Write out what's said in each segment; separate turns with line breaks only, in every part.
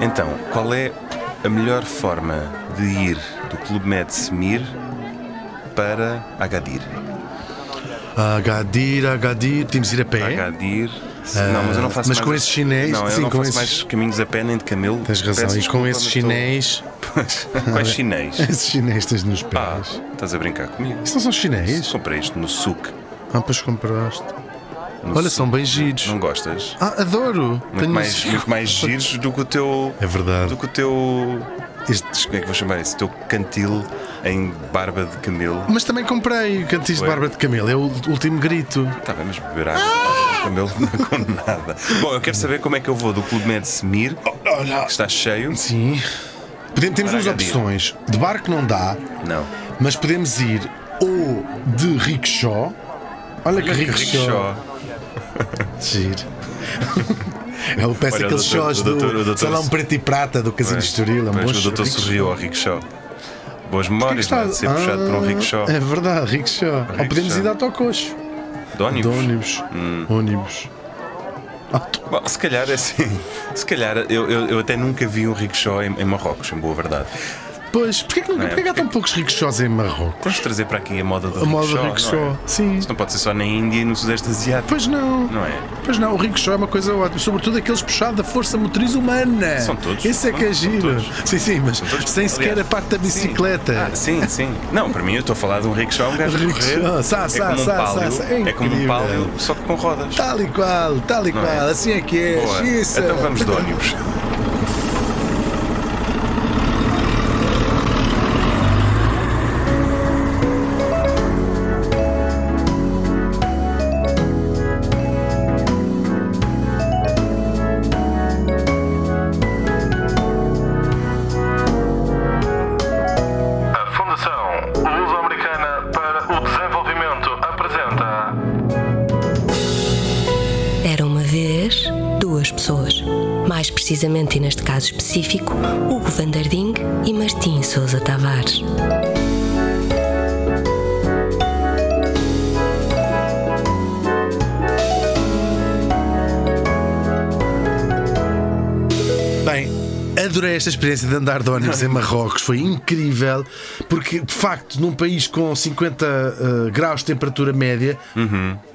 Então, qual é a melhor forma de ir do Clube Med Semir para Agadir?
Agadir, Agadir, temos de ir a pé.
Agadir. não, mas eu não faço
É? Ah, mas
mais-
com esses chinês-
Não, eu
sim,
não
com
faço
esses-
mais caminhos a pé nem de camelo.
Tens razão.
Peço
e com
desculpa,
esses
mas estou-
chinês,
Quais chinês?
esses chinês tens nos pés.
Ah, estás a brincar comigo?
É Isso não são chinês?
Comprei isto no suc.
Ah, pois compraste.
No
Olha,
Suc.
são bem giros.
Não gostas?
Ah, adoro.
Muito mais,
esses-
muito mais giros do que o teu.
É verdade.
Do que o teu.
Estes-
Como é que vou chamar isso? O teu cantil em barba de camelo.
Mas também comprei o cantis de
Foi.
Bárbara de Camelo. É o último grito.
Tá bem, mas beber água de camelo não é com nada. Bom, eu quero saber como é que eu vou do Clube Med Semir, que está cheio.
Sim. Podemos, temos
Para
duas
Agadir.
opções. De barco não dá,
Não.
mas podemos ir ou de rickshaw. Olha que rickshaw. Giro. É Ele parece
Olha, o
aqueles
doutor-
shows
o
do
doutor- o doutor-
Salão um Preto e Prata do Casino de Estoril. é um
Pois,
bom
o doutor
rickshaw.
sorriu ao rickshaw. Boas
O que é que
memórias,
está-
não é? De ser puxado por um rickshaw.
É verdade, rickshaw. Ou podemos
Rickshaw.
ir de autococho.
De
De
ônibus.
ônibus.
Hum.
Ônibus. Ah, Auto-
Bom, se calhar é assim. Se calhar eu, eu, eu até nunca vi um rickshaw em, em Marrocos, em boa verdade.
Pois, porquê que, nunca,
Não é?
porquê que há tão poucos rickshaws em Marrocos?
Temos de trazer para aqui a moda do
A moda do
rickshaw,
rickshaw.
Não é?
Sim.
Isto não pode ser só na Índia e no Sudeste Asiático.
Pois não.
Não é?
Pois não, o rickshaw é uma coisa ótima, sobretudo aqueles puxados da força motriz humana.
São todos.
Esse é que
São
é giro.
todos.
Sim, sim, mas
todos.
sem sequer a
Aliás,
parte da bicicleta.
Ah, sim, sim. Não, para mim eu estou a falar de um rickshaw, um gajo a correr.
Rickshaw. Ah, Sá,
é
sá,
como um
sá,
palio,
sá, sá. É
é, como um
incrível.
palio, só que com rodas.
Tal e qual, tal e
é?
qual, assim é que é.
Boa.
Isso.
Então vamos de ônibus.
A Fundação Luso-Americana para o Desenvolvimento apresenta
Era uma vez duas pessoas. Mais precisamente, e neste caso específico, Hugo Vanderding e Martim Sousa Tavares.
Bem, adorei esta experiência de andar de ônibus em Marrocos, foi incrível, porque de facto, num país com 50 eh, graus de temperatura média,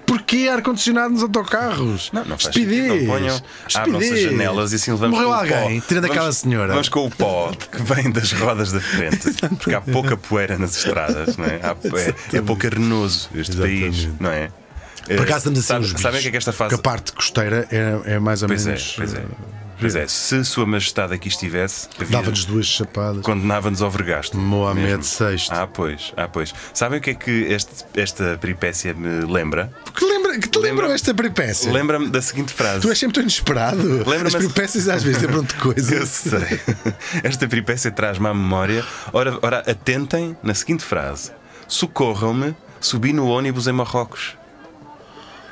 porquê ar-condicionado nos autocarros?
Uhum. Não, não faz
Estupidez.
sentido, não ponham. Abram-se as
Estupidez.
janelas e assim levamos
Morreu
com o
alguém,
pó.
tirando
Vamos-
aquela senhora.
Vamos com o pó que vem das rodas da frente. Porque há pouca poeira nas estradas, não é? Há- é, é pouco arenoso este país,
Exatamente.
não é?
Por acaso estamos assim
Sabe-
uns
Sabem o
bichos,
que é que esta
porque
fase.
a parte costeira é, é mais ou
Pois é,
menos.
pois é.
eh,
Pois é, se Sua Majestade aqui estivesse, havia-
Dava-nos duas chapadas.
condenava-nos ao vergasto.
Mohamed
mesmo.
VI.
Ah, pois, ah, pois. Sabem o que é que este- esta peripécia me lembra?
Que, lembra, que te lembram
Lembra-
esta peripécia?
Lembra-me da seguinte frase.
Tu és sempre tão inesperado.
Lembra-me-
As peripécias às vezes lembram-te
Eu
coisas.
sei. Esta peripécia traz-me à memória. Ora, ora, atentem na seguinte frase: Socorram-me, subi no ônibus em Marrocos.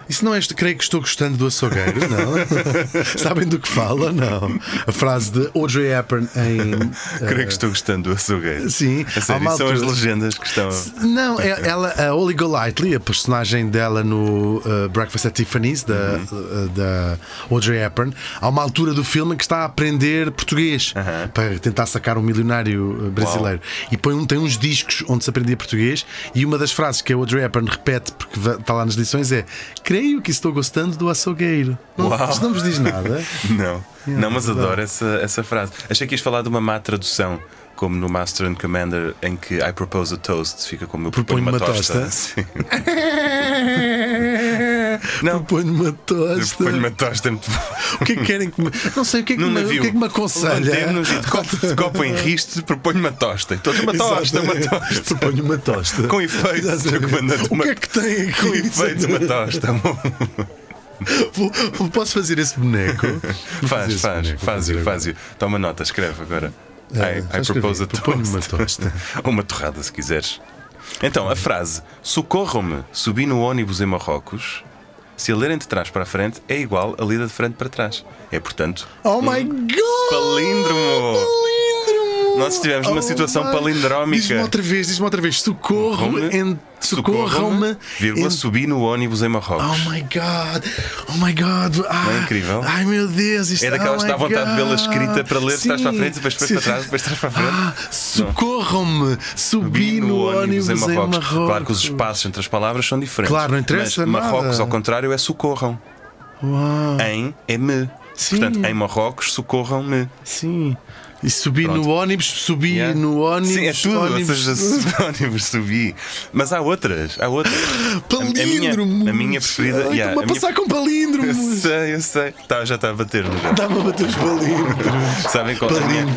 Isso não é. este- Creio que estou gostando do açougueiro, não? Sabem do que fala, não? A frase de O.J. Apron em.
Creio que estou gostando do açougueiro.
É. Sim,
A sério,
há uma
são as
altura-
legendas que estão.
Não, é- ela, a Holly Golightly, a personagem dela no uh, Breakfast at Tiffany's, da,
Uhum.
uh, da Audrey Hepburn, há uma altura do filme em que está a aprender português para tentar sacar um milionário uh, brasileiro. E põe um, tem uns discos onde se aprendia português e uma das frases que a Audrey Hepburn repete, porque va- está lá nas lições, é Creio que estou gostando do açougueiro. Não,
Uau.
isto não vos diz nada.
Não, não, mas
é verdade.
adoro essa, essa frase. Achei que ias falar de uma má tradução, como no Master and Commander, em que I propose a toast, fica como eu proponho uma, tosta. Sim. Não.
Proponho uma
Eu
tosta.
proponho uma tosta é muito boa.
O que é que querem que me... Não sei o que é que,
Num
me, o
navio.
que, é que me aconselha.
Levantemos e de copo, de copo em riste, proponho uma tosta. Então, uma tosta, uma tosta.
Proponho uma tosta.
Com efeito, Sr. Comandante,
O
uma-
que é que tem aqui?
Com efeitos, uma tosta.
Vou- vou- Posso fazer esse boneco? Vou fazer
Faz,
esse
faz,
boneco, vou
faz-o,
fazer
faz-o. Toma nota, escreve agora. I,
É,
I
faz
propose a
escrever, proponho uma
tosta.
tosta.
Ou uma torrada, se quiseres. Então, a frase Socorram-me, subi no ônibus em Marrocos. Se a lerem de trás para a frente, é igual a lida de frente para trás. É, portanto,
agora. Oh my god!
palíndromo!
Palíndromo!
Nós estivemos numa situação
mano.
palindrómica.
Diz-me outra vez, diz-me outra vez. Socorro-me.
Socorro-me,
en- Socorram-me.
vírgula,
en-
subi no ônibus em
Oh
Marrocos.
my god! Oh my god! Ah,
Não é incrível?
Ai meu Deus! Isto,
É daquelas
oh
que dá
my
vontade de vê-la
God.
escrita para ler, estás
Sim,
para a frente, depois depois
sim.
para trás, depois estás para a frente.
Ah, Socorram-me! Subi no ônibus em Marrocos.
Claro que os espaços entre as palavras são diferentes.
Claro, não interessa
Mas Marrocos,
nada.
ao contrário, é socorram.
Uau,
Em é me.
Sim.
Portanto, em Marrocos, socorram-me.
sim. E subi
Pronto.
no ônibus, subi
Yeah.
no ônibus.
Sim, é tudo.
ônibus.
Ou seja, su- ônibus subi. Mas há outras. Há outras. A- a minha-
Palíndromos!
A minha preferida.
Ai,
yeah, a
Estou-me a
minha-
passar com
Eu
palíndromos!
sei, eu sei. Tá, já está a bater-me já.
Estava a bater os palíndromos.
Sabem qual é a minha,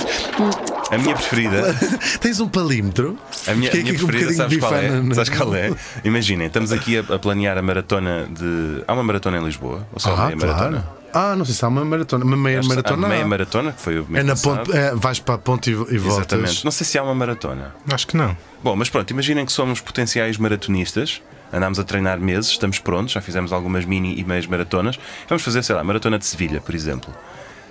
a minha preferida?
Tens um palímetro?
A minha, a
Fiquei
minha
aqui um
preferida,
bocadinho
sabes qual,
bifana,
é?
não?
sabes qual é? Imaginem, estamos aqui a, a planear a maratona de. Há uma maratona em Lisboa? Ou só
Ah,
a meia é maratona?
claro. Ah, não sei se há uma maratona. Uma meia
Acho que há
maratona.
Meia
há.
maratona, que foi o mês
É na
passado.
ponte, é, vais para a ponte e, e voltas.
Exatamente. Não sei se há uma maratona.
Acho que não.
Bom, mas pronto, imaginem que somos potenciais maratonistas. Andámos a treinar meses, estamos prontos, já fizemos algumas mini e meias maratonas. Vamos fazer, sei lá, a maratona de Sevilha, por exemplo.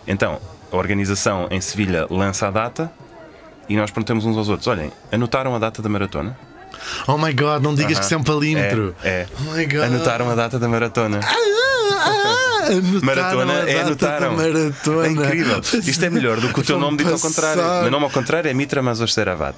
Então, a organização em Sevilha lança a data e nós perguntamos uns aos outros: olhem, anotaram a data da maratona?
Oh my god, não digas que isso é um palímetro.
É, é.
Oh my god.
Anotaram a data da maratona.
Ah, anotaram
Maratona
a
é
data
anotaram.
da Maratona.
É incrível. Isto é melhor do que o teu
Vão
nome dito ao
passar.
contrário. O meu nome ao contrário é Mitra Mazos Seravat.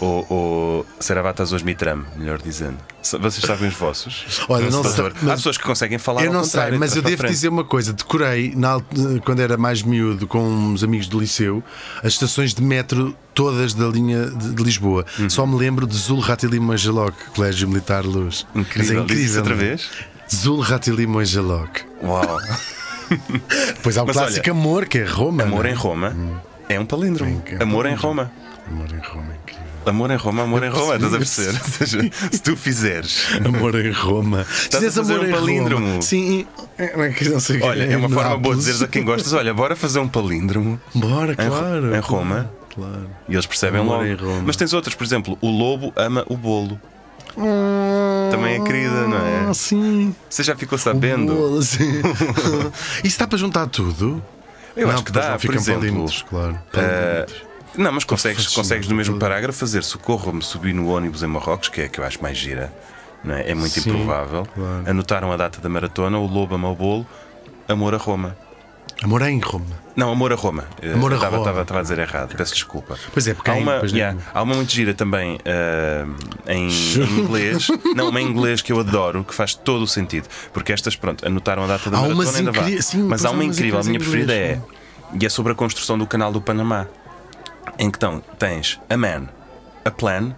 ou, ou Seravat Azos Mitram, melhor dizendo. So- Vocês sabem os vossos?
Olha, não
Por
sei,
favor. Há
mas-
pessoas que conseguem falar
Eu
ao
não sei,
contrário,
mas
de
eu
trás
devo
para
dizer uma coisa: decorei na alt- quando era mais miúdo com uns amigos do liceu as estações de metro todas da linha de, de Lisboa.
Uhum.
Só me lembro de Zul Ratilimo Angeloc, Colégio Militar Luz.
frente. Incrível.
Mas é
Diz isso
incrível.
outra
não é?
vez?
Zul Ratilimo Angeloc.
Uau.
Pois há o
Mas
clássico
olha,
amor, que é Roma.
Amor
não é?
em Roma é um palíndromo.
É, é um
Amor em
palíndromo.
Roma.
Amor em Roma, é incrível.
Amor em Roma, amor em Roma, estás a
percebi
perceber? Ou seja, se tu fizeres
Amor em Roma. Se
a
dizes
fazer
amor
um
em
palíndromo.
Roma, Sim, é- é que não sei o quê,
Olha, é uma
em
forma boa de
Nápoles.
dizeres a quem gostas: olha, bora fazer um palíndromo.
Bora,
Em Ro-
claro.
em Roma.
Claro.
E eles percebem
Amor
logo.
em Roma.
Mas tens outras, por exemplo, o lobo ama o bolo. Também é querida, não é?
Ah, sim.
Você já ficou sabendo?
Boa, sim. Isso dá para juntar tudo?
Eu
não,
acho que
pois
dá,
não
por
ficam
exemplo.
palímetros, claro.
ah, não, mas consegues,
fascinante,
consegues no mesmo
tudo.
parágrafo fazer socorro-me subir no ônibus em Marrocos, que é a que eu acho mais gira, não é? É muito
Sim,
improvável.
claro.
Anotaram a data da maratona, o lobo ama o bolo, amor a Roma.
Amor é em Roma.
Não, amor a Roma. Eh,
Amor a
estava,
Roma.
Estava, estava a dizer errado, peço desculpa.
Pois é, porque
há
aí
uma,
depois
yeah,
nem-
há uma muito gira também ah, em, em inglês. não, uma em inglês que eu adoro, que faz todo o sentido. Porque estas, pronto, anotaram a data da
Há
maratona
umas
ainda vá.
incri- sim,
Mas
pois
há
há
uma
umas
incrível, a
incríveis
minha
em
preferida
inglês,
é. E é sobre a construção do canal do Panamá. Em que então tens a man, a plan,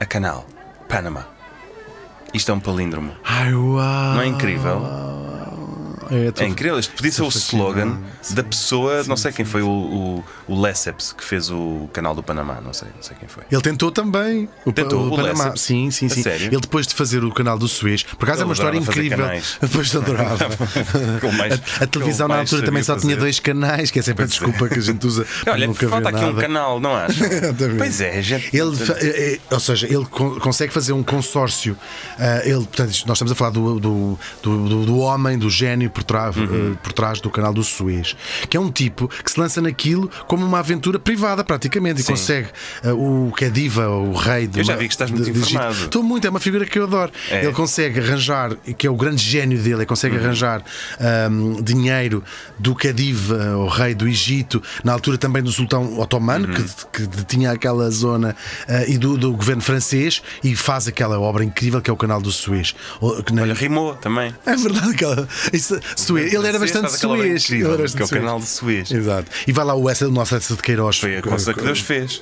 a canal, Panamá. Isto é um palíndromo.
Ai, uau.
Não é incrível?
É, tô-
É incrível, isto podia ser o slogan da pessoa, não sei quem foi o, o, o Lesseps que fez o canal do Panamá, não sei, não sei quem foi.
Ele tentou também. O, pa-
Tentou,
o
o
Panamá.
Lessa.
Sim, sim,
A
sim.
sério?
Ele depois de fazer o canal do Suez, por acaso
Ele
é uma história
adorava fazer
incrível.
canais.
Depois adorava.
Aquele mais-
a, a televisão
aquele
na
mais
altura também só
sabia
tinha
fazer.
dois canais, que é sempre a
Pois é.
desculpa que a gente usa. para
Olha,
nunca
falta
ver
aqui um
nada.
canal, não acho?
Exatamente.
pois é, gente.
Ele, fa- é- é- ou seja, ele con- consegue fazer um consórcio. Ah, ele, portanto, isto- nós estamos a falar do, do, do, do- do homem, do gênio por, tra-
Uhum.
eh, por trás do canal do Suez, que é um tipo que se lança naquilo como uma aventura privada, praticamente, e consegue ah, o que é diva, o rei do
Eu já
ma-
vi que estás muito
de- de Egito.
informado.
Estou muito, é uma figura que eu adoro.
É.
Ele consegue arranjar, que é o grande gênio dele, ele consegue
Uhum.
arranjar ahm, dinheiro do Khedive, o rei do Egito, na altura também do sultão otomano,
Uhum.
que, que detinha aquela zona, ah, e do, do governo francês, e faz aquela obra incrível que é o canal do Suez. O- que na-
Olha, rimou também.
é verdade, aquela. Isso, Suez. Ele era
Francês,
bastante
faz aquela obra
Suez.
incrível,
Ele era
que é o
bastante Suez.
canal de Suez.
Exato. E vai lá o, Essa, o nosso Essa de Queiroz.
Foi a coisa que Deus fez.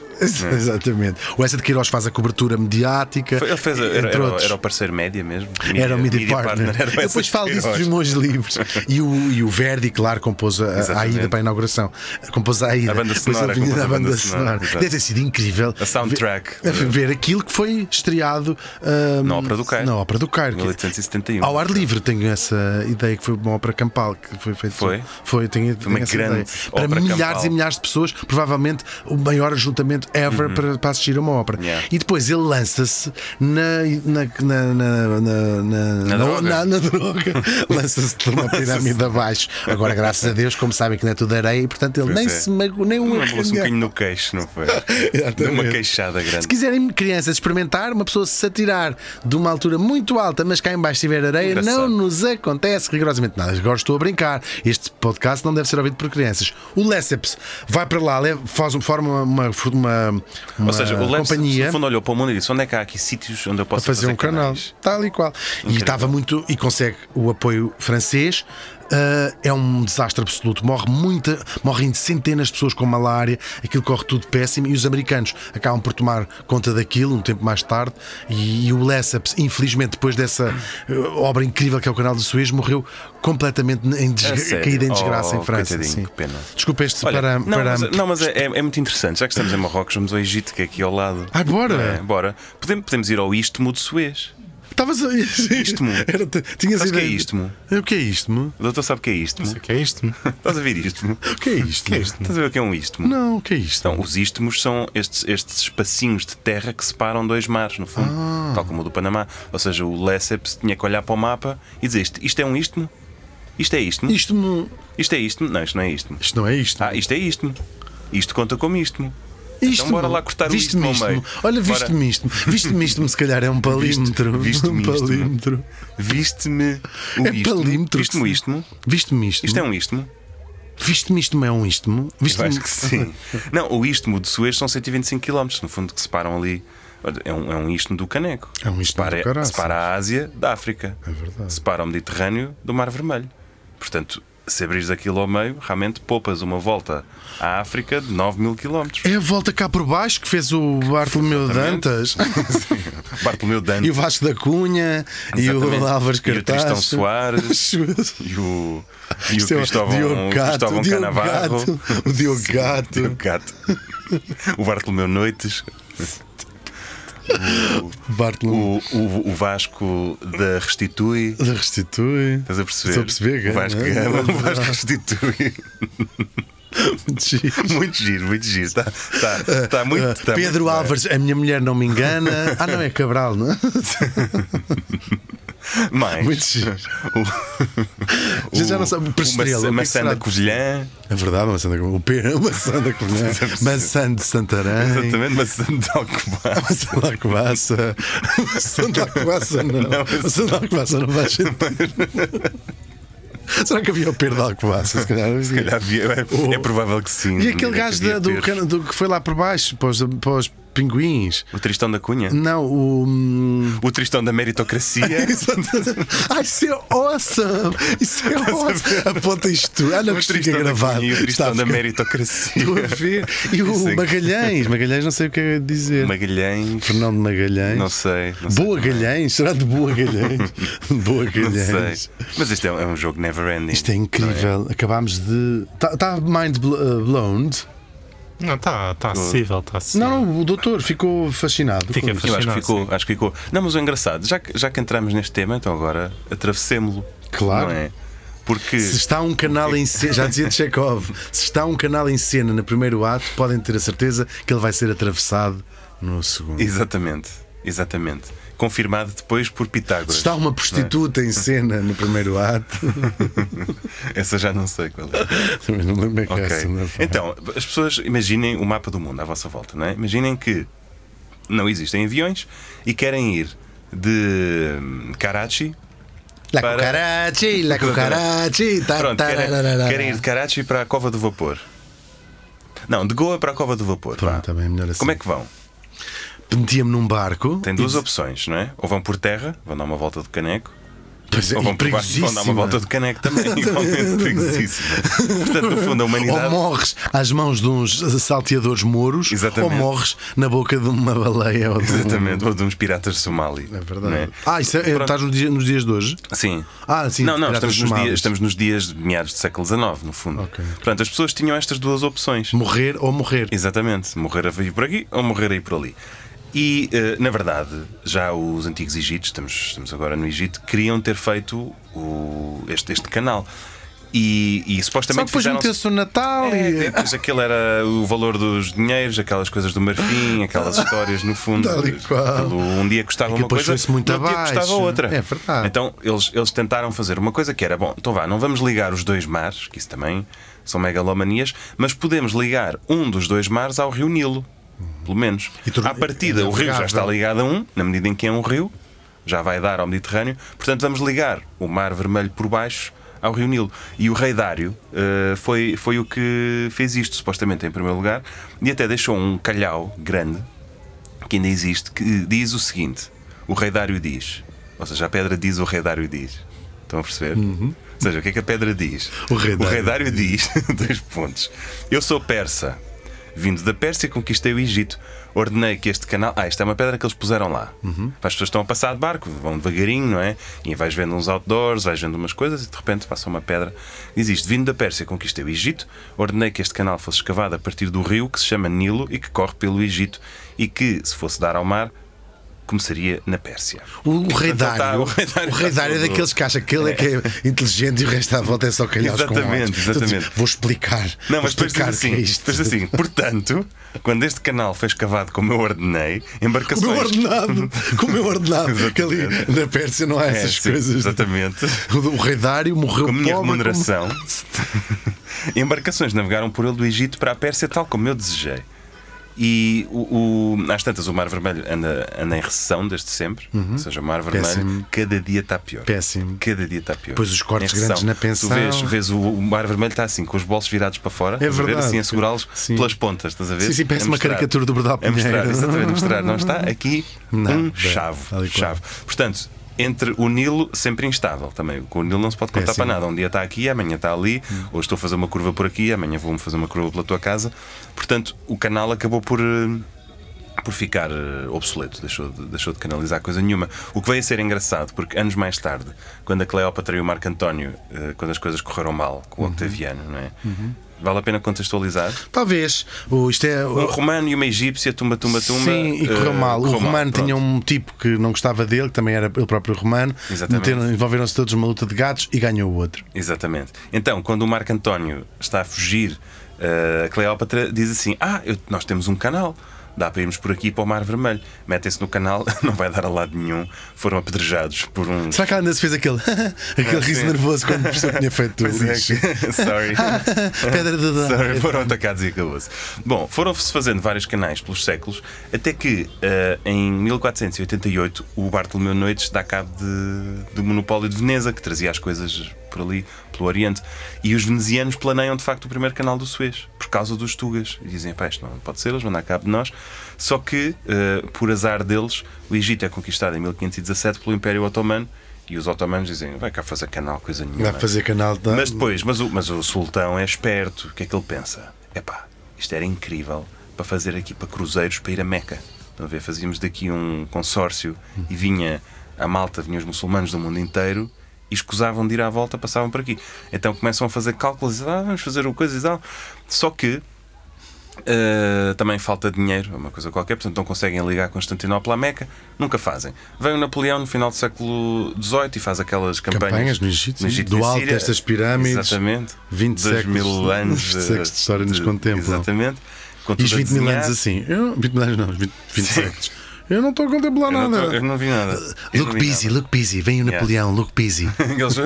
Exatamente. O Essa de Queiroz faz a cobertura mediática.
Foi- Ele fez, era,
entre
era-
outros.
era o parceiro média mesmo.
Era o Media, Partner.
era o
Eu depois
Essas
falo disso
Queiroz.
dos meus livros. E o, e o Verdi, claro, compôs a, a
Exatamente.
Aida para a inauguração. Compôs a Aida.
A banda
Depois
sonora,
ele vinha
compôs
da
a banda sonora, exato.
Deve ter sido incrível.
A soundtrack.
Ver, ver aquilo que foi estreado ahm,
Na Ópera do Cairo.
Na Ópera do Cairo. que-
1871.
Ao ar livre, tenho essa ideia que foi uma ópera campal que foi feito.
Foi?
Foi, tenho,
Foi uma
tenho essa
grande
ideia. Para
ópera
milhares
campal.
e milhares de pessoas, provavelmente o maior ajuntamento ever para, para assistir a uma ópera.
Uhum. Yeah.
E depois ele lança-se na. na. na. na. na.
Na droga.
na- na droga. lança-se de uma pirâmide abaixo. Agora, graças a Deus, como sabem que não é tudo areia, e portanto ele
Pois
nem
é.
se magoou, nem um
Lembro-se um
arranhão.
bocadinho no queixo, não foi? Deu uma
Exatamente.
queixada
Se
grande.
quiserem crianças experimentar, uma pessoa se atirar de uma altura muito alta, mas cá em baixo tiver areia,
Engraçado.
não nos acontece rigorosamente nada. Agora estou a brincar. Este podcast não deve ser ouvido por crianças. O Lesseps vai para lá, leva- faz um, forma uma, uma, uma
Ou seja, o Lance,
companhia
no fundo, olhou para o mundo e disse: onde é que há aqui sítios onde eu posso
fazer um canal.
canais?
Tal e qual. E estava muito. E consegue o apoio francês. Ah, é um desastre absoluto. Morre muita, morrem centenas de pessoas com malária, aquilo corre tudo péssimo. E os americanos acabam por tomar conta daquilo um tempo mais tarde. E, o Lesseps, infelizmente, depois dessa eh, obra incrível que é o canal do Suez, morreu completamente em
A
desgra-
sério?
caída em desgraça
Oh,
em França.
coitadinho,
Sim.
que pena.
Desculpa este
Olha,
para.
não,
para-
mas, não, mas é, é- é muito interessante. Já que estamos em Marrocos, vamos ao Egito, que é aqui ao lado.
Ai, Ah, bora!
É, bora. Podemos, podemos ir ao Istmo de Suez.
Estavas a.
Istmo.
Era- Tinhas
Sabes o que é
ideia-
istmo?
O que é istmo?
O doutor sabe o que é Istmo?
O que é isto?
Estás a ver Istmo?
O que é isto?
Estás a ver o que é um Istmo?
Não, o que é isto?
Então, os istmos são estes, estes espacinhos de terra que separam dois mares, no fundo,
Ah.
tal como o do Panamá. Ou seja, o Lesseps tinha que olhar para o mapa e dizer isto, isto é um istmo? Isto é istmo?
Isto não,
Isto é istmo? Não, isto não é istmo.
isto não é isto.
Ah, isto é istmo. Isto conta como istmo.
isto
então bora lá cortar o
visto
istmo ao meio. Bora.
Olha, visto-me isto. Visto-me isto, se calhar é um palímetro.
visto-me
um
isto.
palímetro.
Viste-me o
É
istmo.
palímetro.
Viste-me o istmo?
Visto-me isto.
Isto é um istmo?
Visto-me isto, é um istmo.
Eu
Visto-me
acho que sim. Não, o istmo de Suez são 125 km, no fundo, que separam ali. Olha, É um, é um istmo do caneco.
É um istmo
separa,
do caraças.
separa a Ásia da África. É
verdade.
Separa o Mediterrâneo do Mar Vermelho. Portanto, se abrires aquilo ao meio, realmente poupas uma volta à África de 9 mil km.
É a volta cá por baixo que fez o Bartolomeu
Exatamente.
Dantas
Bartolomeu Dante
e o Vasco da Cunha e
Exatamente.
o
E
Álvares
o Tristão
Cartaz.
Soares. e o, e o
Isto é o
Cristóvão,
Diogo Gato,
Cristóvão
o Diogo
Canavarro.
Gato, o Diogo
Sim,
Gato.
O Diogo Gato. O Bartolomeu Noites.
Bartolomeu
O, o, o Vasco da Restitui.
da Restitui.
Estás a perceber?
Estou a perceber,
o Vasco
é?
Gama, o Vasco Restitui.
Sim.
Muito giro, muito giro. Está tá, tá muito. tá muito
Eh, Pedro
bem.
Álvares, a minha mulher não me engana. Ah, não, é Cabral, não é?
Mais.
Muito giro.
O,
Gente, já não sabe,
o
Prestrela, o que
maçã,
é que
maçã
será
da
de
Covilhã.
É verdade, maçã da Covilhã. O pera, maçã da Covilhã. maçã de é? Santarém.
Exatamente, maçã de Alcobar.
Maçã da Alcobaça. Maçã da Alcobaça não. Maçã da Alcobaça não faz sentido. Será que havia o pera da Alcobaça? Se calhar
Se calhar havia- é, é provável que sim.
E aquele
Deve
gajo
haver
da- do,
ter.
cana- do que foi lá por baixo, para os, para os pinguins?
O Tristão da Cunha?
Não, o. hum,
O Tristão da Meritocracia?
Ai, isso é awesome! Isso é awesome! Aponta isto tudo. Ah, não,
o
que isto fica
Tristão da
gravado.
Cunha e o Tristão
Está
da
a ficar-
Meritocracia?
Estou a ver. E
Isso é
o
que-
Magalhães, Magalhães, não sei o que é de dizer.
Magalhães?
Fernando Magalhães.
Não sei. Não sei.
Boa Galhães? Será de Boa Galhães? Boa
Não
Galhães.
sei. Mas isto é, um- é um jogo never ending.
Isto é incrível. Acabámos de. Está mind bl- uh, blown?
Não, está tá acessível, está acessível.
Não, não, o doutor ficou fascinado.
Fica
com isto.
Eu acho que,
Fascinante,
ficou, acho que ficou. Não, mas o engraçado, já que, já que entramos neste tema, então agora atravessemos-lo.
Claro.
Não é? Porque.
Se está um canal em cena, já dizia Chekhov, se está um canal em cena no primeiro ato, podem ter a certeza que ele vai ser atravessado no segundo.
Exatamente, exatamente. Confirmado depois por Pitágoras.
Se está uma prostituta em cena no primeiro ato,
Essa já não sei qual é.
também não me lembro bem que
Ok.
é essa, não é?
Então, as pessoas imaginem o mapa do mundo à vossa volta, não é? Imaginem que não existem aviões e querem ir de hum, Karachi.
La
Para-
cucarachi, la cucarachi, ta-
Pronto, querem,
tarararara.
querem ir de Karachi para a Cova do Vapor. Não, de Goa para a Cova do Vapor.
Pronto,
vá.
tá bem, melhor assim.
Como é que vão?
Metia-me num barco.
Tem duas opções, não é? Ou vão por terra, vão dar uma volta de caneco,
Pois é,
ou
e
vão por baixo, vão dar uma
perigosíssima.
volta de caneco também, igualmente perigosíssima. Portanto, no fundo, a
Ou
humanidade.
morres às mãos de uns salteadores moros,
Exatamente.
ou morres na boca de uma baleia. Ou de um-
Exatamente, ou de uns piratas somali.
É
não
verdade. Ah, isso é,
Pronto.
estás nos dias, nos dias de hoje?
Sim.
Ah, sim,
Não, não,
piratas
estamos nos,
somalis.
dias, estamos nos dias de meados do século XIX, no fundo.
Ok.
Portanto, as pessoas tinham estas duas opções.
Morrer ou morrer.
Exatamente. Morrer a vir por aqui ou morrer a ir por ali. E, eh, na verdade, já os antigos Egitos, estamos, estamos agora no Egito, queriam ter feito o- este, este canal. E, e
Só
supostamente
que depois
fizeram
meteu-se o Natal
é,
e.
depois aquele era o valor dos dinheiros, aquelas coisas do marfim, aquelas histórias no fundo.
Tal e qual.
Aquilo, um dia custava
Aquilo
uma
depois
coisa,
foi-se muito
no outro dia
abaixo.
custava outra.
É verdade.
Então eles, eles tentaram fazer uma coisa que era: bom, então vá, não vamos ligar os dois mares, que isso também são megalomanias, mas podemos ligar um dos dois mares ao rio Nilo. Pelo menos.
E torna-
À partida,
é
o rio já está
navegável.
ligado a um, na medida em que é um rio, já vai dar ao Mediterrâneo. Portanto, vamos ligar o Mar Vermelho por baixo ao Rio Nilo. E o rei Dário eh, foi, foi o que fez isto, supostamente, em primeiro lugar, e até deixou um calhau grande, que ainda existe, que diz o seguinte: o rei Dário diz. Ou seja, a pedra diz o rei Dário diz. Estão a perceber? Ou seja, o que é que a pedra diz?
Uhum. O rei
o rei
Dário
Dário diz: dois pontos. Eu sou persa. Vindo da Pérsia, conquistei o Egito. Ordenei que este canal. Ah, isto é uma pedra que eles puseram lá. As pessoas estão a passar de barco, vão devagarinho, não é? E vais vendo uns outdoors, vais vendo umas coisas e de repente passa uma pedra. Diz isto: Vindo da Pérsia, conquistei o Egito. Ordenei que este canal fosse escavado a partir do rio que se chama Nilo e que corre pelo Egito e que, se fosse dar ao mar, começaria na Pérsia.
O rei
Então tá,
Dário,
o rei Dário
o rei
tá
Dário é
todo-
daqueles que acha que ele é que é inteligente e o resto da volta é só calhaus com
Exatamente,
olhos. Então,
exatamente.
tipo, Vou explicar.
Não,
vou
mas depois diz
explicar
assim,
o que é isto.
depois diz assim, portanto, quando este canal foi escavado como eu ordenei,
Com o meu
embarcações.
ordenado, com o meu ordenado, que ali na Pérsia não há
É,
essas
sim,
coisas.
Exatamente.
O, o rei Dário morreu
Com a minha
pobre,
remuneração, embarcações navegaram por ele do Egito para a Pérsia, tal como eu desejei. E o, o- às tantas, o Mar Vermelho anda, anda em recessão desde sempre. Ou seja, o Mar Vermelho
Uhum. Péssimo.
cada dia está pior.
Péssimo.
Cada dia está pior.
Pois os cortes
Em recessão.
grandes na
Tu
pensão. É
vês, vês o, o Mar Vermelho está assim, com os bolsos virados para fora. estás a ver?
verdade.
Assim, a segurá-los
Sim.
pelas pontas, estás a ver?
Sim, sim, parece
A
uma
mostrar.
caricatura do Bernardo
A mostrar,
Pinheiro.
exatamente, a mostrar. Não está aqui
Nada.
um chave.
Tal e qual.
chave. Portanto, entre o Nilo, sempre instável também. Com o Nilo não se pode contar
Péssimo.
para nada. Um dia está aqui, amanhã está ali.
Hum.
Hoje estou a fazer uma curva por aqui, amanhã vou-me fazer uma curva pela tua casa. Portanto, o canal acabou por. eh, Por ficar eh, obsoleto, deixou de, deixou de canalizar coisa nenhuma. O que veio a ser engraçado, porque anos mais tarde, quando a Cleópatra e o Marco António, eh, quando as coisas correram mal com o
Uhum.
Octaviano, não é? Vale a pena contextualizar?
Talvez. O, isto é,
Um romano e uma egípcia, tumba, tumba, tumba.
Sim, e correu
eh,
mal. O
correu
romano
pronto.
tinha um tipo que não gostava dele, que também era ele próprio romano.
Exatamente.
Meteram- Envolveram-se todos numa luta de gatos e ganhou o outro.
Exatamente. Então, quando o Marco António está a fugir, eh, a Cleópatra diz assim: Ah, eu- nós temos um canal. Dá para irmos por aqui para o Mar Vermelho. Metem-se no canal, não vai dar a lado nenhum. Foram apedrejados por um.
Será que ela ainda se fez aquele, aquele
Ah,
riso
sim.
nervoso quando a pessoa tinha feito o
Pois é,
lixo?
que- Sorry.
Pedra de Dá.
Sorry, foram atacados e acabou-se. Bom, foram-se fazendo vários canais pelos séculos, até que eh, em 1488 o Bartolomeu Noites dá cabo de- do monopólio de Veneza, que trazia as coisas por ali, pelo Oriente. E os venezianos planeiam de facto o primeiro canal do Suez, por causa dos Tugas. E dizem, pá, isto não pode ser, eles vão dar cabo de nós. Só que, eh, por azar deles, o Egito é conquistado em 1517 pelo Império Otomano. E os otomanos dizem, vai cá fazer canal, coisa nenhuma.
Vai fazer canal da.
Mas depois, mas o, mas o sultão é esperto. O que é que ele pensa? Epá, isto era incrível para fazer aqui para cruzeiros para ir a Meca. Estão a ver? Fazíamos daqui um consórcio e vinha a malta, vinham os muçulmanos do mundo inteiro e escusavam de ir à volta, passavam por aqui. Então começam a fazer cálculos, ah, vamos fazer uma coisa e tal. Só que Uh, também falta dinheiro, é uma coisa qualquer, portanto não conseguem ligar Constantinopla à Meca, nunca fazem. Vem o Napoleão no final do século XVIII e faz aquelas campanhas,
Campanhas no Egito, sim.
e
Do
na
alto
Síria.
destas pirâmides,
exatamente,
20
Dois
séculos,
mil anos
20 séculos de história nos contemplam.
Exatamente, com
E os
tudo a
20 mil
desenhar.
anos assim. Eu, 20 mil anos não, os 20, 20
Sim.
séculos. Eu não estou a
Eu
contemplar
não,
nada. Uh,
tô- eu não vi nada. Eu não
Look
vi
busy, look busy. Vem o Napoleão, look busy.
nada. Eles,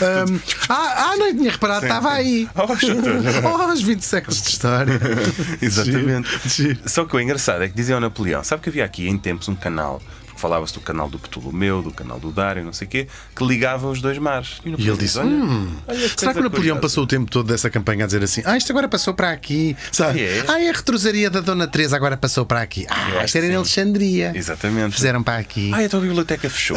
Ahm, ah, ah, não tinha reparado, estava aí.
Oh, chutou.
Oh, os 20 séculos de história.
Exatamente.
Giro, giro.
Só que o engraçado é que diziam ao Napoleão: sabe que havia aqui em tempos um canal, porque falava-se do canal do Ptolomeu, do canal do Dário, não sei o quê, que ligava os dois mares. o
E
Napoleão
ele disse:
olha,
hum,
olha
será que
coisa
o Napoleão
curiosa."
passou o tempo todo dessa campanha a dizer assim: Ah, isto agora passou para aqui? Sabe?
Ah, é?
Ah, a retrosaria da Dona Teresa agora passou para aqui.
Eu
Ah,
acho
isto era
que
em
sim.
Alexandria.
Exatamente.
Fizeram para aqui.
Ah, então a biblioteca fechou.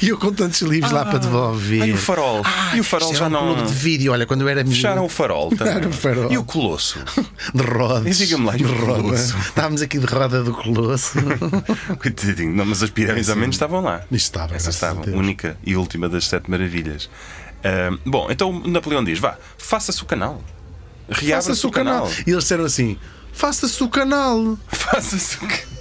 E eu com tantos livros lá para devolver.
Ah, e o farol.
Ah,
e o farol
isto
já
era um
não.
clube de vídeo, olha, quando eu era menino.
Fecharam o farol também.
Fecharam o um farol.
E o colosso.
De rodas.
E diga-me lá, e
de
o
roda.
Colosso?
Estávamos aqui de roda do Colosso.
Coitadinho, não, mas as pirâmides ao menos estavam lá.
Isto estava,
Essa
graças a
estava,
Deus.
única e última das sete maravilhas. Ahm, bom, então o Napoleão diz: vá, faça-se o canal. Reabra-se
Faça-se o canal. E eles disseram assim: Faça-se o canal.
Faça-se o que.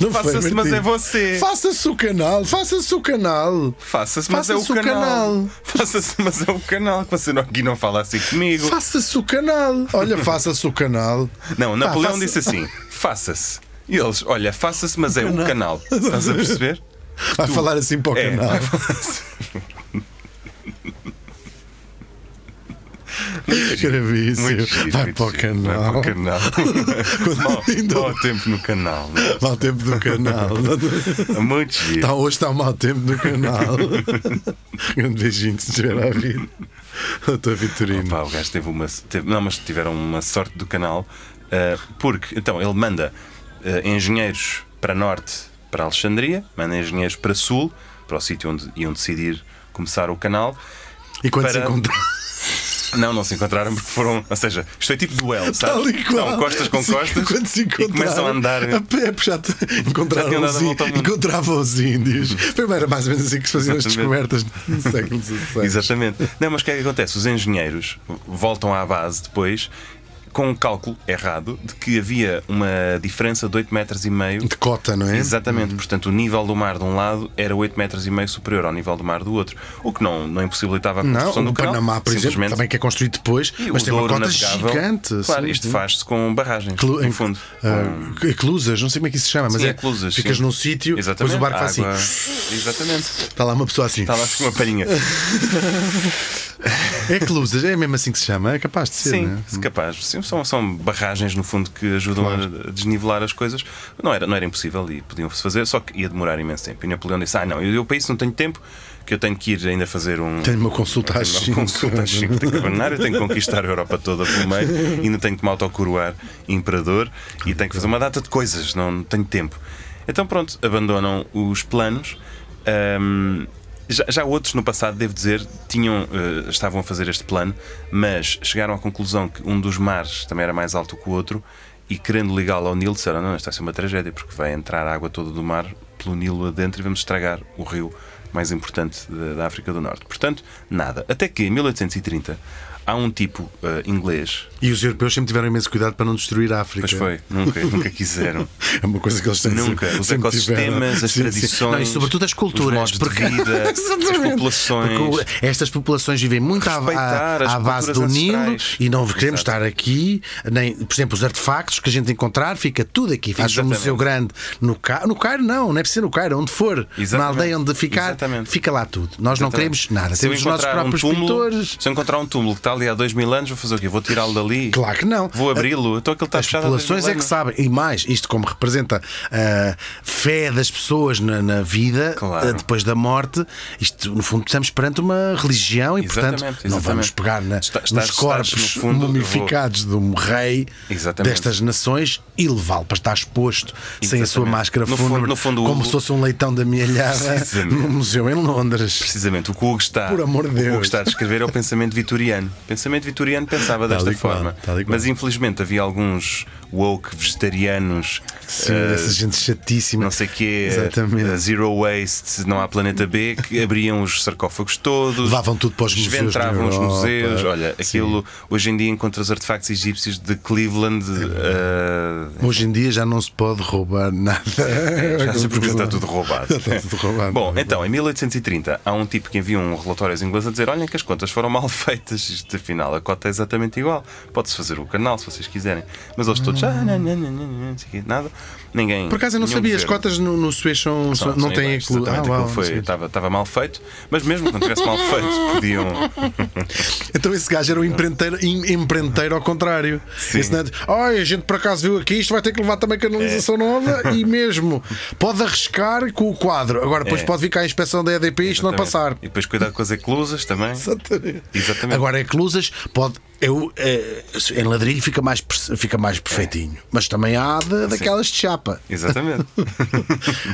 Não foi,
Faça-se, mas é
Martim.
você.
Faça-se o canal, faça-se o canal.
Faça-se, mas é o
Faça-se o
canal.
canal.
Faça-se, mas é o canal. Que você não, aqui não fala assim comigo.
Faça-se o canal. Olha, faça-se o canal. Ah,
Não, Napoleão
faça-
disse assim: faça-se. E eles, olha, faça-se, mas é o canal. Estás a perceber?
Vai falar assim para o
É,
canal.
vai falar assim. Muito
Gravíssimo.
giro,
Vai
muito
para o
giro. Vai
canal.
para o canal. Mal-
Ainda-
Mau tempo no canal. né? É
Mal tempo do canal.
Muito giro.
Tá, hoje está mau tempo no canal. Grande beijinho se estiver a ouvir. Doutor Vitorino.
Pá, o gajo teve uma. teve- não, mas tiveram uma sorte do canal. eh, porque, então, ele manda eh, engenheiros para norte, para Alexandria, manda engenheiros para sul, para o sítio onde iam decidir começar o canal.
e quando se
para-
encontrar.
Não, não se encontraram porque foram. Ou seja, isto é tipo duelo,
Tal
sabe?
e qual.
Então, costas com
Se-
costas.
Quando se
e começam a
encontraram, Ah,
andar.
A pé, porque já te- encontraram,
tinham dado
os
a volta ao
in-
mundo.
encontravam os índios. Primeiro era mais ou menos assim que se faziam as
Exatamente.
descobertas no século XVI.
Exatamente. Não, mas o que é que acontece? Os engenheiros voltam à base depois com um cálculo errado de que havia uma diferença de 8 metros e meio.
De cota, não é?
Exatamente, portanto o nível do mar de um lado era 8 metros e meio superior ao nível do mar do outro, o que não, não impossibilitava a
Não,
construção
o
do canal.
Panamá, por exemplo,
simplesmente.
também que é construído depois,
E
mas
o
tem uma
Douro
cota
navegável,
gigante.
Claro,
sim,
isto
sim.
faz-se com barragens,
Clu-
no fundo.
ah, eclusas, não sei como é que isso se chama, mas
Sim,
é,
eclusas,
ficas
sim.
num sítio, depois
Exatamente,
o barco
a
faz assim,
água- Tá Exatamente,
está lá uma pessoa assim.
está lá com uma palhinha.
Eclusas, é mesmo assim que se chama, é capaz de ser,
Sim,
não é?
se capaz. Sim, são, são barragens, no fundo, que ajudam a desnivelar as coisas. Não era, não era impossível e podiam-se fazer, só que ia demorar imenso tempo. E Napoleão disse: Ah, não, eu, eu para isso não tenho tempo, que eu tenho que ir ainda fazer um.
Tenho uma consulta às
Tenho uma
cinco.
consulta às cinco, tá tenho que abandonar, eu tenho que conquistar a Europa toda pelo meio, ainda tenho que me autocoroar imperador e tenho que fazer uma data de coisas, não, não tenho tempo. Então, pronto, abandonam os planos. Ahm, já, já outros no passado, devo dizer, tinham, eh, estavam a fazer este plano, mas chegaram à conclusão que um dos mares também era mais alto que o outro e, querendo ligá-lo ao Nilo, disseram: Não, isto vai ser uma tragédia, porque vai entrar a água toda do mar pelo Nilo adentro e vamos estragar o rio mais importante da, da África do Norte. Portanto, nada. Até que em 1830 há um tipo eh, inglês,
E os europeus sempre tiveram imenso cuidado para não destruir a África.
mas foi, nunca, nunca quiseram.
É uma coisa que eles têm
Nunca.
sempre-
Os
sempre
ecossistemas,
tiveram.
as
Sim, sim.
tradições,
Não, e sobretudo as
os
culturas.
modos de
porque...
vida, as
Exatamente.
populações.
Porque o- estas populações vivem muito à,
Respeitar as
à, à base do
culturas
Nilo
ancestrais.
e não queremos
Exato.
estar aqui. Nem, por exemplo, os artefactos que a gente encontrar, fica tudo aqui. Faz um
Exatamente.
museu grande no Cairo. No Cairo, não, não é preciso no Cairo, onde for. Na
Exatamente.
aldeia onde ficar,
Exatamente.
fica lá tudo. Nós não queremos nada.
Se eu
Temos os nossos
encontrar um
próprios
túmulo,
pintores.
Se eu encontrar um túmulo que está ali há dois mil anos, vou fazer o quê? Vou tirá-lo dali?
Claro que não.
Vou abri-lo? Então aquilo está
As
fechado há dois
populações
mil
é que
anos.
sabem. E mais, isto como representa a fé das pessoas na, na vida,
Claro.
eh, depois da morte, isto no fundo estamos perante uma religião e
Exatamente,
portanto não
exatamente.
vamos pegar na-
Está- estás-
nos
estás,
corpos
no fundo, eu vou-
mumificados de um rei
Exatamente.
destas nações e levá-lo para estar exposto sem a sua
Exatamente.
máscara
No
fúnebre,
fundo- no fundo,
como
o-
se fosse um leitão da mielhada
Precisamente.
num museu em Londres.
Precisamente, o que o Hugo está,
Por amor de
o que o Hugo
Deus.
está a descrever é o pensamento vitoriano. O pensamento vitoriano pensava
Tal
desta
e qual,
forma.
tal e qual.
Mas infelizmente havia alguns woke vegetarianos,
Sim,
eh,
essa gente chatíssima.
não sei quê,
Exatamente.
eh, zero waste, não há planeta B, que abriam os sarcófagos todos,
Levavam tudo para os museus da
desventravam os
Europa.
museus. Olha,
Sim.
aquilo hoje em dia encontras artefactos egípcios de Cleveland. eh,
Hoje em dia já não se pode roubar nada. É
já se porque já está tudo roubado.
Já está tudo roubado. é?
Bom, então, em 1830, há um tipo que envia um relatório aos ingleses a dizer: olhem que as contas foram mal feitas, isto afinal a cota é exatamente igual. Pode-se fazer o canal se vocês quiserem. Mas eles todos, ah, não, não, não, não, não, não sei o quê, nada. Ninguém.
Por acaso eu não
nenhum
sabia, as
governo.
cotas no, no Suez são, são-
São-
não
são
têm
iguais,
aquilo.
exatamente,
Ah,
aquilo
uau, não
foi-
sabia.
Estava estava mal feito, mas mesmo que não tivesse mal feito, podiam.
Então esse gajo era um empreiteiro, em- empreiteiro ao contrário.
Sim.
Esse não é de, Ai, a gente por acaso viu aqui, isto vai ter que levar também canalização
É.
nova e mesmo pode arriscar com o quadro. Agora depois
É.
pode vir cá a inspeção da EDP e isto não
Exatamente.
passar.
E depois cuidado com as eclusas também.
Exatamente.
Exatamente.
é Agora, eclusas, pode. Eu, eh, em ladrilho fica mais, perce- fica mais perfeito. jeitinho. Mas também há de- daquelas de chapa.
Exatamente.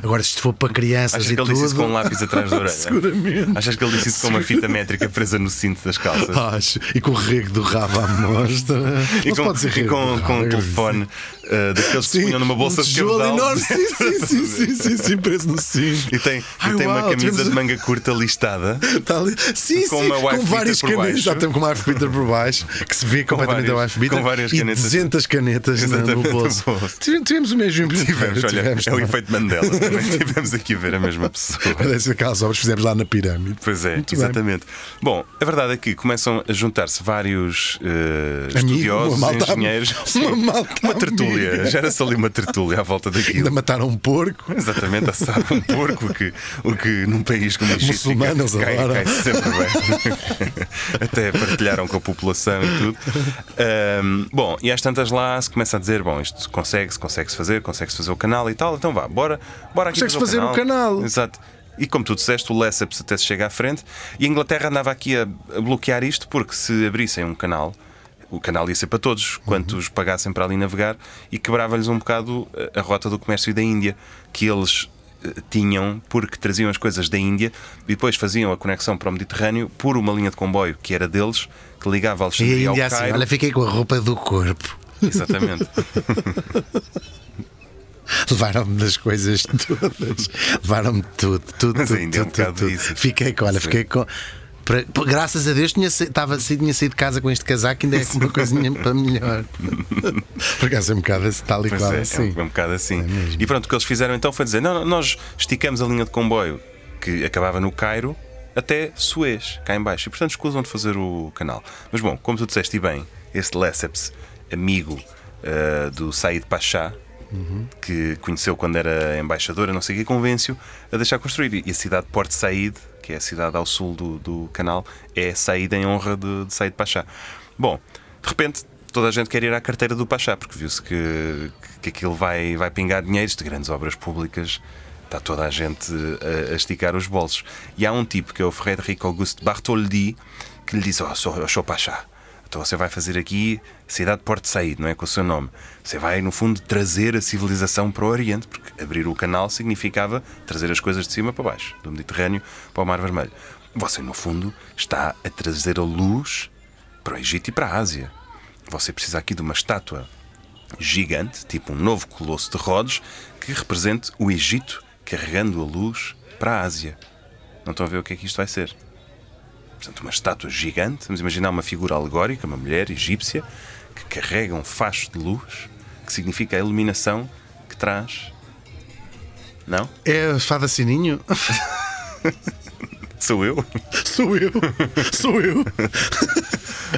Agora, se isto for para crianças
Achas
e
que ele
tudo.
disse isso com um lápis atrás da orelha?
Seguramente.
Achas que ele disse isso com uma fita métrica presa no cinto das calças?
Acho. E com o rego do rabo à mostra.
E
Não se
com,
pode dizer
e
rego
com,
do rabo,
com um
é grave.
telefone eh, daqueles que
Sim,
punham numa bolsa
um
de
tijolo
cabedal.
enorme. Sim, sim, sim, sim, sim, sim, preso no cinto.
E tem,
Ai,
e tem uma
uau,
camisa
tivemos-
de manga curta listada.
Está ali. Sim,
Com
sim,
uma wife
com
beater por
várias canetas.
baixo.
Já estamos com uma wife beater por baixo, que se vê completamente
várias-
a wife beater.
com várias
e
canetas.
200 canetas na- no
Exatamente, no
bolso.
bolso.
Tive- Tivemos o mesmo
Tivemos,
empreendedor,
olha,
tivemos,
é o
não
efeito Mandela. Também tivemos aqui a ver a mesma pessoa.
Parece aquelas obras que fizemos lá na pirâmide.
Pois é,
Muito bem.
exatamente. Bom, a verdade é que começam a juntar-se vários eh,
Amigo,
estudiosos,
uma malta-
engenheiros.
uma malta
uma tertúlia.
amiga.
Gera-se ali uma tertúlia à volta daquilo.
Ainda mataram um porco.
Exatamente, assar um porco, o que, o que num país como o Egito fica-
Muçulmanos
cai,
agora.
cai sempre bem. Até partilharam com a população e tudo. Ahm, bom, e às tantas lá se começa a dizer: bom, isto consegue-se, consegue-se fazer, consegue-se fazer o canal e tal, então vá, bora, bora aqui.
Consegue-se fazer o canal.
Exato. E como tu disseste, o Lesseps até se chega à frente. E a Inglaterra andava aqui a, a bloquear isto porque se abrissem um canal, o canal ia ser para todos,
Uhum.
quantos pagassem para ali navegar, e quebrava-lhes um bocado a, a rota do comércio da Índia, que eles eh, tinham porque traziam as coisas da Índia e depois faziam a conexão para o Mediterrâneo por uma linha de comboio que era deles, que ligava
E
Alexandria ao
ainda
Cairo.
assim, olha, fiquei com a roupa do corpo.
Exatamente.
Levaram-me das coisas todas. Levaram-me tudo, tudo,
Mas
tudo,
ainda é um
tudo,
bocado
tudo.
disso.
Fiquei com, olha,
Sim.
fiquei com. pra- pô, graças a Deus tinha, sa- tava, sa- tinha saído de casa com este casaco, ainda é uma coisinha para melhor. Por acaso é um bocado assim, tal e
Pois
qual
é, é
assim.
um, é um bocado assim.
mesmo.
e pronto, o que eles fizeram então foi dizer: não, não, nós esticamos a linha de comboio que acabava no Cairo até Suez, cá em baixo. E portanto escusam de fazer o canal. Mas bom, como tu disseste e bem, este Lesseps, amigo eh, do Said Pachá, que conheceu quando era embaixadora, não sei o que, convence-o a deixar construir. E a cidade de Porto Said, que é a cidade ao sul do, do canal, é Said em honra de, de Said Pachá. Bom, de repente toda a gente quer ir à carteira do Pachá, porque viu-se que, que aquilo vai, vai pingar dinheiros de grandes obras públicas. Está toda a gente eh, a, a esticar os bolsos. E há um tipo que é o Frederico Auguste Bartholdi que lhe disse: Oh, sou, eu sou Pachá. Então você vai fazer aqui Cidade de Porto Saído, não é? Com o seu nome. Você vai, no fundo, trazer a civilização para o Oriente, porque abrir o canal significava trazer as coisas de cima para baixo, do Mediterrâneo para o Mar Vermelho. Você, no fundo, está a trazer a luz para o Egito e para a Ásia. Você precisa aqui de uma estátua gigante, tipo um novo colosso de Rhodes, que represente o Egito carregando a luz para a Ásia. Não estão a ver o que é que isto vai ser? Portanto, uma estátua gigante. Vamos imaginar uma figura alegórica, uma mulher egípcia, que carrega um facho de luz, que significa a iluminação que traz. Não?
É fada sininho?
Sou eu?
Sou eu, sou eu.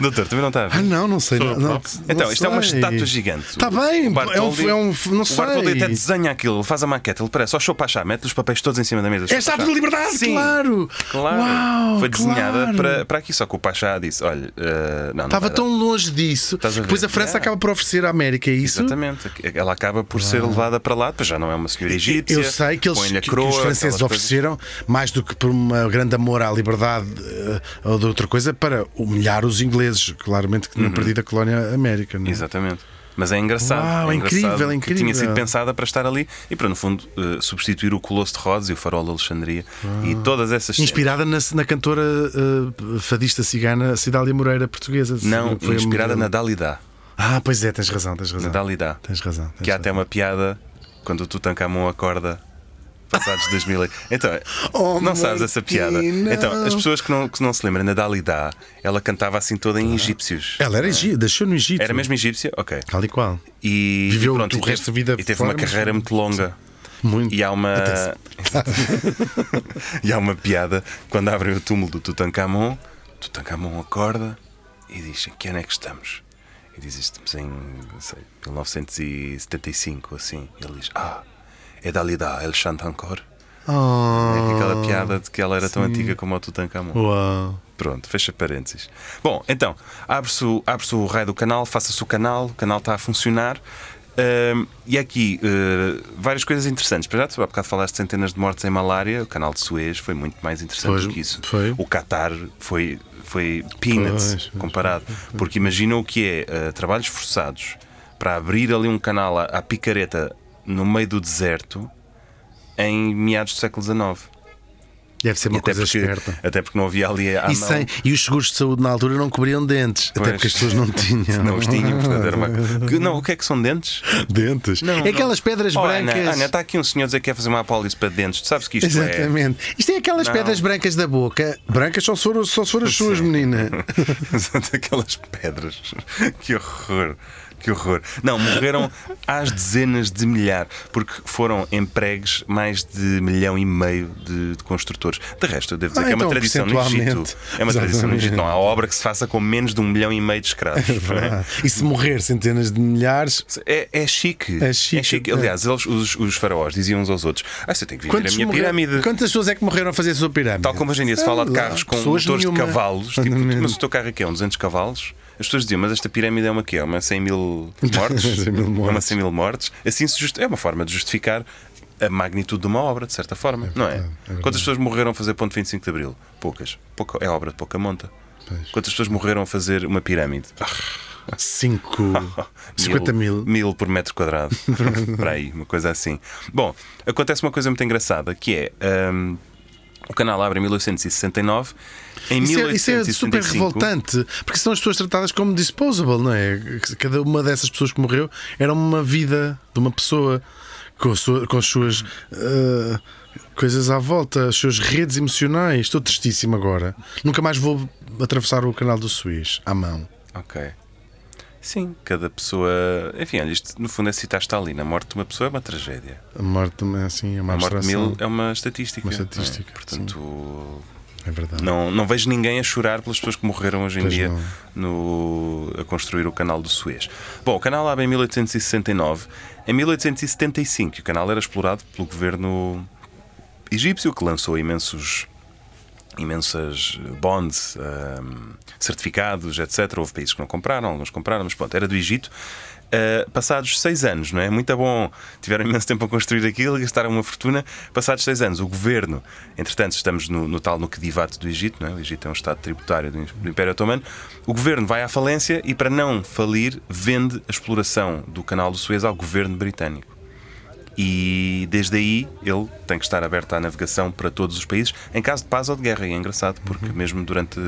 Doutor, também não está a
Ah,
ver?
não, não sei. Não, não,
Então,
não
isto é uma
sei.
estátua gigante.
Está bem,
O Bartoldi,
é um. é um- Não
o Bartoldi até
sei.
desenha aquilo, ele faz a maqueta, ele parece, ó, show para achar, mete os papéis todos em cima da mesa.
É
show
a estátua
para
de
achar.
liberdade,
Sim.
claro!
Claro,
Uau,
foi desenhada
claro.
para, para aqui, só que o Pachá disse: olha, eh, não, não
Estava
vai dar.
tão longe disso.
Estás a ver?
Depois a França
Yeah.
acaba por oferecer à América isso.
Exatamente. Ela acaba por ser levada para lá, depois já não é uma senhora egípcia.
Eu sei que, eles,
põe-lhe a
que- que
coroa,
os franceses
aquelas coisas.
ofereceram, mais do que por um grande amor à liberdade eh, ou de outra coisa, para humilhar os ingleses, claramente
Uhum.
que tinham perdido a colónia América. Não é?
Exatamente. Mas é engraçado.
Uau,
é engraçado
incrível,
que
incrível.
Tinha sido pensada para estar ali e para, no fundo, eh, substituir o Colosso de Rhodes e o Farol de Alexandria e todas essas. cenas.
Inspirada na, na cantora eh, fadista cigana Cidália Moreira, portuguesa.
Não,
Foi a
inspirada na
modelo.
Dalida.
Ah, pois é, tens razão, tens
Na
razão.
Dalida.
Tens razão. Tens
Que há
razão.
até uma piada quando o Tutankhamon acorda. Passados 2000. e- Então,
Oh,
não sabes essa piada.
Martina.
Então, as pessoas que não, que não se lembram, na Dalida, ela cantava assim toda em egípcios.
Ela era egípcia, deixou no Egito.
Ah. Era mesmo egípcia? Ok.
Tal e qual.
E
Viveu
e pronto,
o
e teve-
resto da vida
E teve
fora,
uma
mas-
carreira muito longa.
Muito.
E há uma.
Até
e há uma piada quando abrem o túmulo do Tutankhamon. Tutankhamon acorda e diz: Em que ano é que estamos? E diz: Estamos em não sei, 1975 ou assim. E ele diz: Ah, é dali da El Chantancor.
Oh,
É Aquela piada de que ela era tão antiga como o Tutankhamon.
uau.
Pronto, fecha parênteses. Bom, então, abre-se o, abre o raio do canal, faça-se o canal, o canal está a funcionar. Ahm, e é aqui eh, várias coisas interessantes. Para já, tu há bocado falaste de centenas de mortes em malária, o canal de Suez foi muito mais interessante
Pois,
do que isso.
foi.
O Qatar foi, foi peanuts
Pois, pois,
comparado. Porque imagina o que é eh, trabalhos forçados, para abrir ali um canal à, à picareta no meio do deserto em meados do século XIX.
Deve ser uma coisa esperta.
até porque não havia ali à
E,
mão.
sem- e os seguros de saúde na altura não cobriam dentes,
Pois.
até porque as pessoas não tinham.
Não os tinham, portanto era uma... Que- Não, o que é que são dentes?
Dentes. é aquelas pedras
Oh,
brancas.
Ana, Ana, está aqui um senhor a dizer que quer fazer uma apólice para dentes. Tu sabes que isto
Exatamente. Isto é aquelas
Não.
pedras brancas da boca. Brancas só se foram, só se foram as suas, menina.
é. Exato, Aquelas pedras. Que horror. Que horror. Não, morreram às dezenas de milhares, porque foram empregues mais de milhão e meio de, de construtores. De resto, eu devo dizer
Ah,
que é uma
então,
tradição no Egito.
percentualmente.
É uma tradição no
Exatamente.
Egito. Não há obra que se faça com menos de um milhão e meio de escravos. não é?
e se morrer centenas de milhares,
É, é chique.
É chique, é.
Aliás, eles, os, os faraós diziam uns aos outros: Ah, você tem que viver a
quantos
minha
morreram-
pirâmide.
quantas pessoas é que morreram a fazer a sua pirâmide?
Tal como hoje em dia se
Sei
fala de
lá,
carros com
pessoas
motores de
nenhuma.
cavalos, tipo,
Exatamente.
mas o teu carro aqui é um 200 cavalos. As pessoas diziam, mas esta pirâmide é uma quê? É uma 100 mil mortes?
100 mil
É uma
mortes.
100 mil mortes. Assim se justi- é uma forma de justificar a magnitude de uma obra, de certa forma, não é? Quantas pessoas morreram a fazer ponto 25 de Abril? Poucas. Pouca, é obra de pouca monta. Quantas pessoas morreram a fazer uma pirâmide?
Ah, Cinco. 50 mil.
Mil por metro quadrado. Para aí, uma coisa assim. Bom, acontece uma coisa muito engraçada que é. hum, o canal abre em 1869. Em
Isso é,
1865,
isso é super revoltante, porque são as pessoas tratadas como disposable, não é? Cada uma dessas pessoas que morreu era uma vida de uma pessoa com, a sua- com as suas ah, coisas à volta, as suas redes emocionais. Estou tristíssimo agora. Nunca mais vou atravessar o canal do Suez à mão.
Ok. Sim, cada pessoa. Enfim, olha, isto no fundo é citar Stalin. A morte de uma pessoa é uma tragédia.
A morte é assim, é uma
A morte de
abstração.
mil é uma estatística.
Uma
não é?
estatística,
Portanto,
É verdade.
Não, não vejo ninguém a chorar pelas pessoas que morreram hoje em
Pois
dia
não.
no, a construir o canal do Suez. Bom, o canal abre em 1869. Em 1875, o canal era explorado pelo governo egípcio, que lançou imensos imensas eh, bonds, ahm, certificados, etc. Houve países que não compraram, alguns compraram, mas pronto, era do Egito. Ah, passados seis anos, não é? Muito bom, tiveram imenso tempo a construir aquilo, gastaram uma fortuna. Passados seis anos, o governo, entretanto, estamos no, no tal no Kedivato do Egito, não é? O Egito é um estado tributário do, do Império Otomano. O governo vai à falência e, para não falir, vende a exploração do canal do Suez ao governo britânico e desde aí ele tem que estar aberto à navegação para todos os países, em caso de paz ou de guerra. E é engraçado
Uhum.
porque, mesmo durante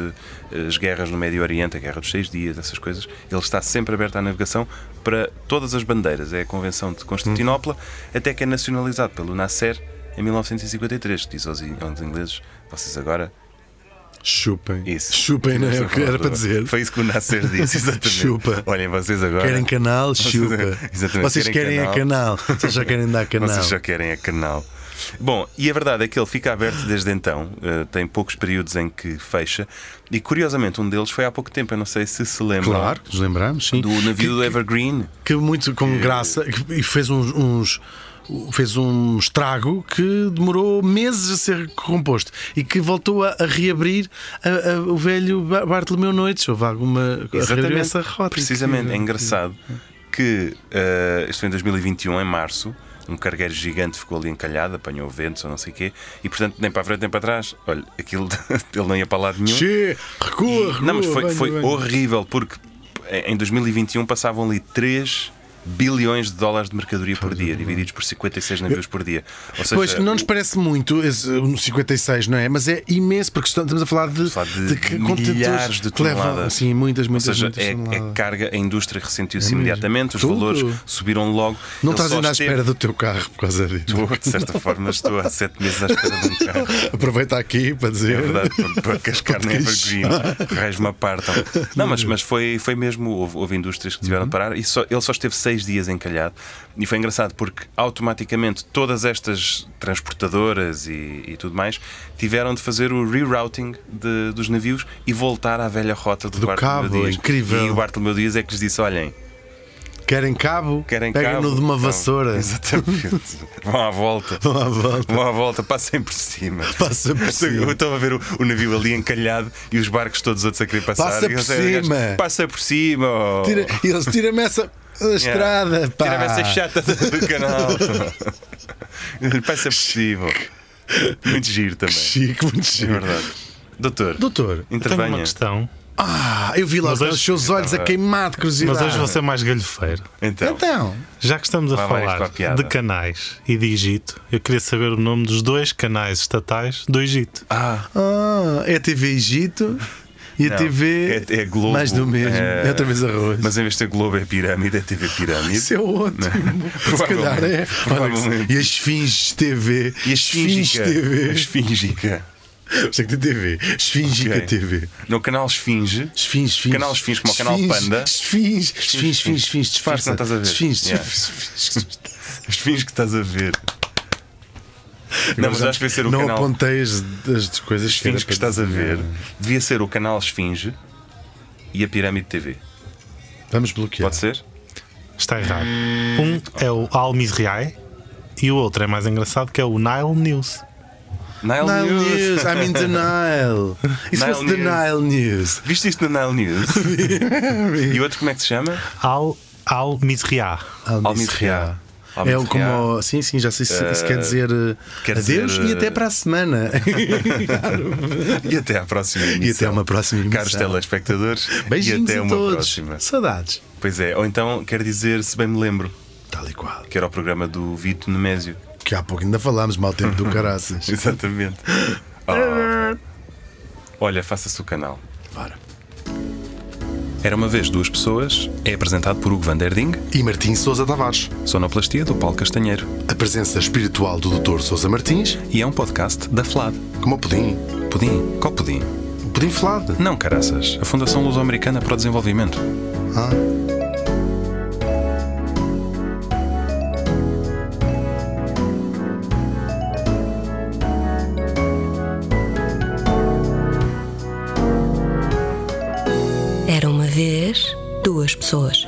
eh, as guerras no Médio Oriente, a Guerra dos Seis Dias, essas coisas, ele está sempre aberto à navegação para todas as bandeiras. É a Convenção de Constantinopla,
Uhum.
até que é nacionalizado pelo Nasser em 1953, que diz aos, in- aos ingleses: vocês agora.
Chupem.
Isso.
Chupem, não é o que era para dizer.
Foi isso que o Nasser disse, exatamente.
Chupa.
Olhem, vocês agora.
Querem canal? Chupa.
Exatamente,
Vocês
querem
querem, a canal. Vocês já querem dar canal.
Vocês já querem a canal. Bom, e a verdade é que ele fica aberto desde então, eh, tem poucos períodos em que fecha, e curiosamente um deles foi há pouco tempo, eu não sei se se lembra
Claro, que nos lembramos, sim.
do navio do Evergreen.
que muito com graça que- e fez uns, uns- fez um estrago que demorou meses a ser composto e que voltou a, a reabrir a- a- o velho Bar- Bartolomeu Noites. Houve alguma a reabrir essa rota.
Precisamente, é
incrível.
engraçado que eh, isto foi em 2021, em março. Um cargueiro gigante ficou ali encalhado, apanhou ventos ou não sei o quê, e portanto, nem para a frente nem para trás. Olha, aquilo ele não ia para lado nenhum.
Che, recua, recua,
Não, mas foi,
venha,
foi
venha.
horrível, porque eh, em 2021 passavam ali 3 bilhões de dólares de mercadoria por dia, divididos por 56 navios por dia. Ou seja,
Pois, não nos parece muito esse, um 56, não é? Mas é imenso, porque estamos estamos a falar de,
falar de
que-
milhares
contentores
de
que levam-
toneladas.
Sim, muitas,
ou
muitas,
seja,
muitas
é, é
toneladas. É
carga, a indústria ressentiu-se
mesmo.
imediatamente, os
Tudo.
valores subiram logo.
Não
Ele
estás
só
ainda à
esteve-
espera do teu carro por causa disso.
Estou, de certa forma, estou há 7 meses à espera de um carro.
Aproveita aqui para dizer.
É verdade, para- para cascar na Evergreen, raios me apartam. Não, mas, mas foi, foi mesmo, houve, houve indústrias que
Uhum.
tiveram de parar e só- ele só esteve seis dias encalhado. E foi engraçado porque automaticamente todas estas transportadoras e, e tudo mais tiveram de fazer o rerouting de- dos navios e voltar à velha rota do,
Do
Bartolomeu
cabo,
Dias.
incrível.
E o Bartolomeu Dias é que lhes disse: olhem,
Querem cabo?
querem
Pegam-no
cabo?
de uma
Não,
vassoura.
exatamente. Vão à volta.
Vão à volta.
Vão à volta, passem por cima.
Passa por
Eu
cima.
estava a ver o, o navio ali encalhado e os barcos todos outros a querer passar.
Passa
E
por
eles, "Gajo,
cima."
Passa por cima. oh.
Tira, e eles tiram-me essa a estrada, pá.
Tira-me essa chata do canal. Passa por cima. Muito giro também.
Chico, muito
É
chico.
verdade. Doutor,
Doutor,
Eu tenho uma
intervenha.
questão.
Ah, eu vi lá
Mas
os
hoje-
seus olhos a queimar de curiosidade.
Mas hoje vou ser mais galhofeiro.
Então,
Então,
Já que estamos a
Lá vai isto para
falar
a piada.
de canais e de Egito, eu queria saber o nome dos dois canais estatais do Egito.
ah, é a TV Egito e a
Não,
TV.
é- é Globo,
Mais do mesmo.
é-
É, outra vez arroz.
mas em vez de ter Globo é Pirâmide, é TV Pirâmide.
Isso é ótimo. Se calhar é. Olha,
Provavelmente.
e as Fins TV.
E a
Fins
Esfingica. A
TV.
Esfingica.
Sei é que tem TV. Esfingica
Ok.
TV.
No canal Esfinge.
Esfinge, esfinge.
Canal Esfinge, como o canal
Esfinge,
Panda.
Esfinge, esfinge, esfinge, esfinge, disfarça.
Não estás a ver.
Esfinge,
Yeah. Esfinge que estás a ver. Não, mas acho que devia ser o
Não
canal.
apontei as, as coisas
Esfinge que
era para
estás a
dizer.
ver. Devia ser o canal Esfinge e a Pirâmide TV.
Vamos bloquear.
Pode ser?
Está errado. Um é o Al Mizrahi e o outro é mais engraçado que é o Nile News.
Nile,
Nile
News.
News, I'm in the Nile. Isso
Nile
fosse the Nile News.
Viste isto no Nile News? e o outro como é que se chama?
Al Al Mizrahi.
Al-Mizriah.
É o
Al-Mizriah.
como. Sim, sim, já sei se isso quer dizer eh,
quer
adeus
dizer,
e até
eh,
para a semana.
E até à próxima.
e até
emissão.
uma próxima emissão.
Caros telespectadores,
Beijinhos
e até
a
uma
todos.
próxima.
Saudades.
Pois é, ou então quer dizer, se bem me lembro,
Tal e qual.
que era o programa do Vito Nemésio.
Que há pouco ainda falámos, mal tempo do caraças.
Exatamente. Ah. Olha, faça-se o canal.
Bora.
Era uma vez duas pessoas, é apresentado por Hugo Van Der Ding,
E Martim Souza Tavares,
sonoplastia do Paulo Castanheiro,
a presença espiritual do Dr. Souza Martins,
e é um podcast da FLAD.
como o pudim.
Pudim? Qual pudim?
O pudim flado.
Não, caraças, a Fundação Luso-Americana para o Desenvolvimento.
Ah.
Era uma vez duas pessoas.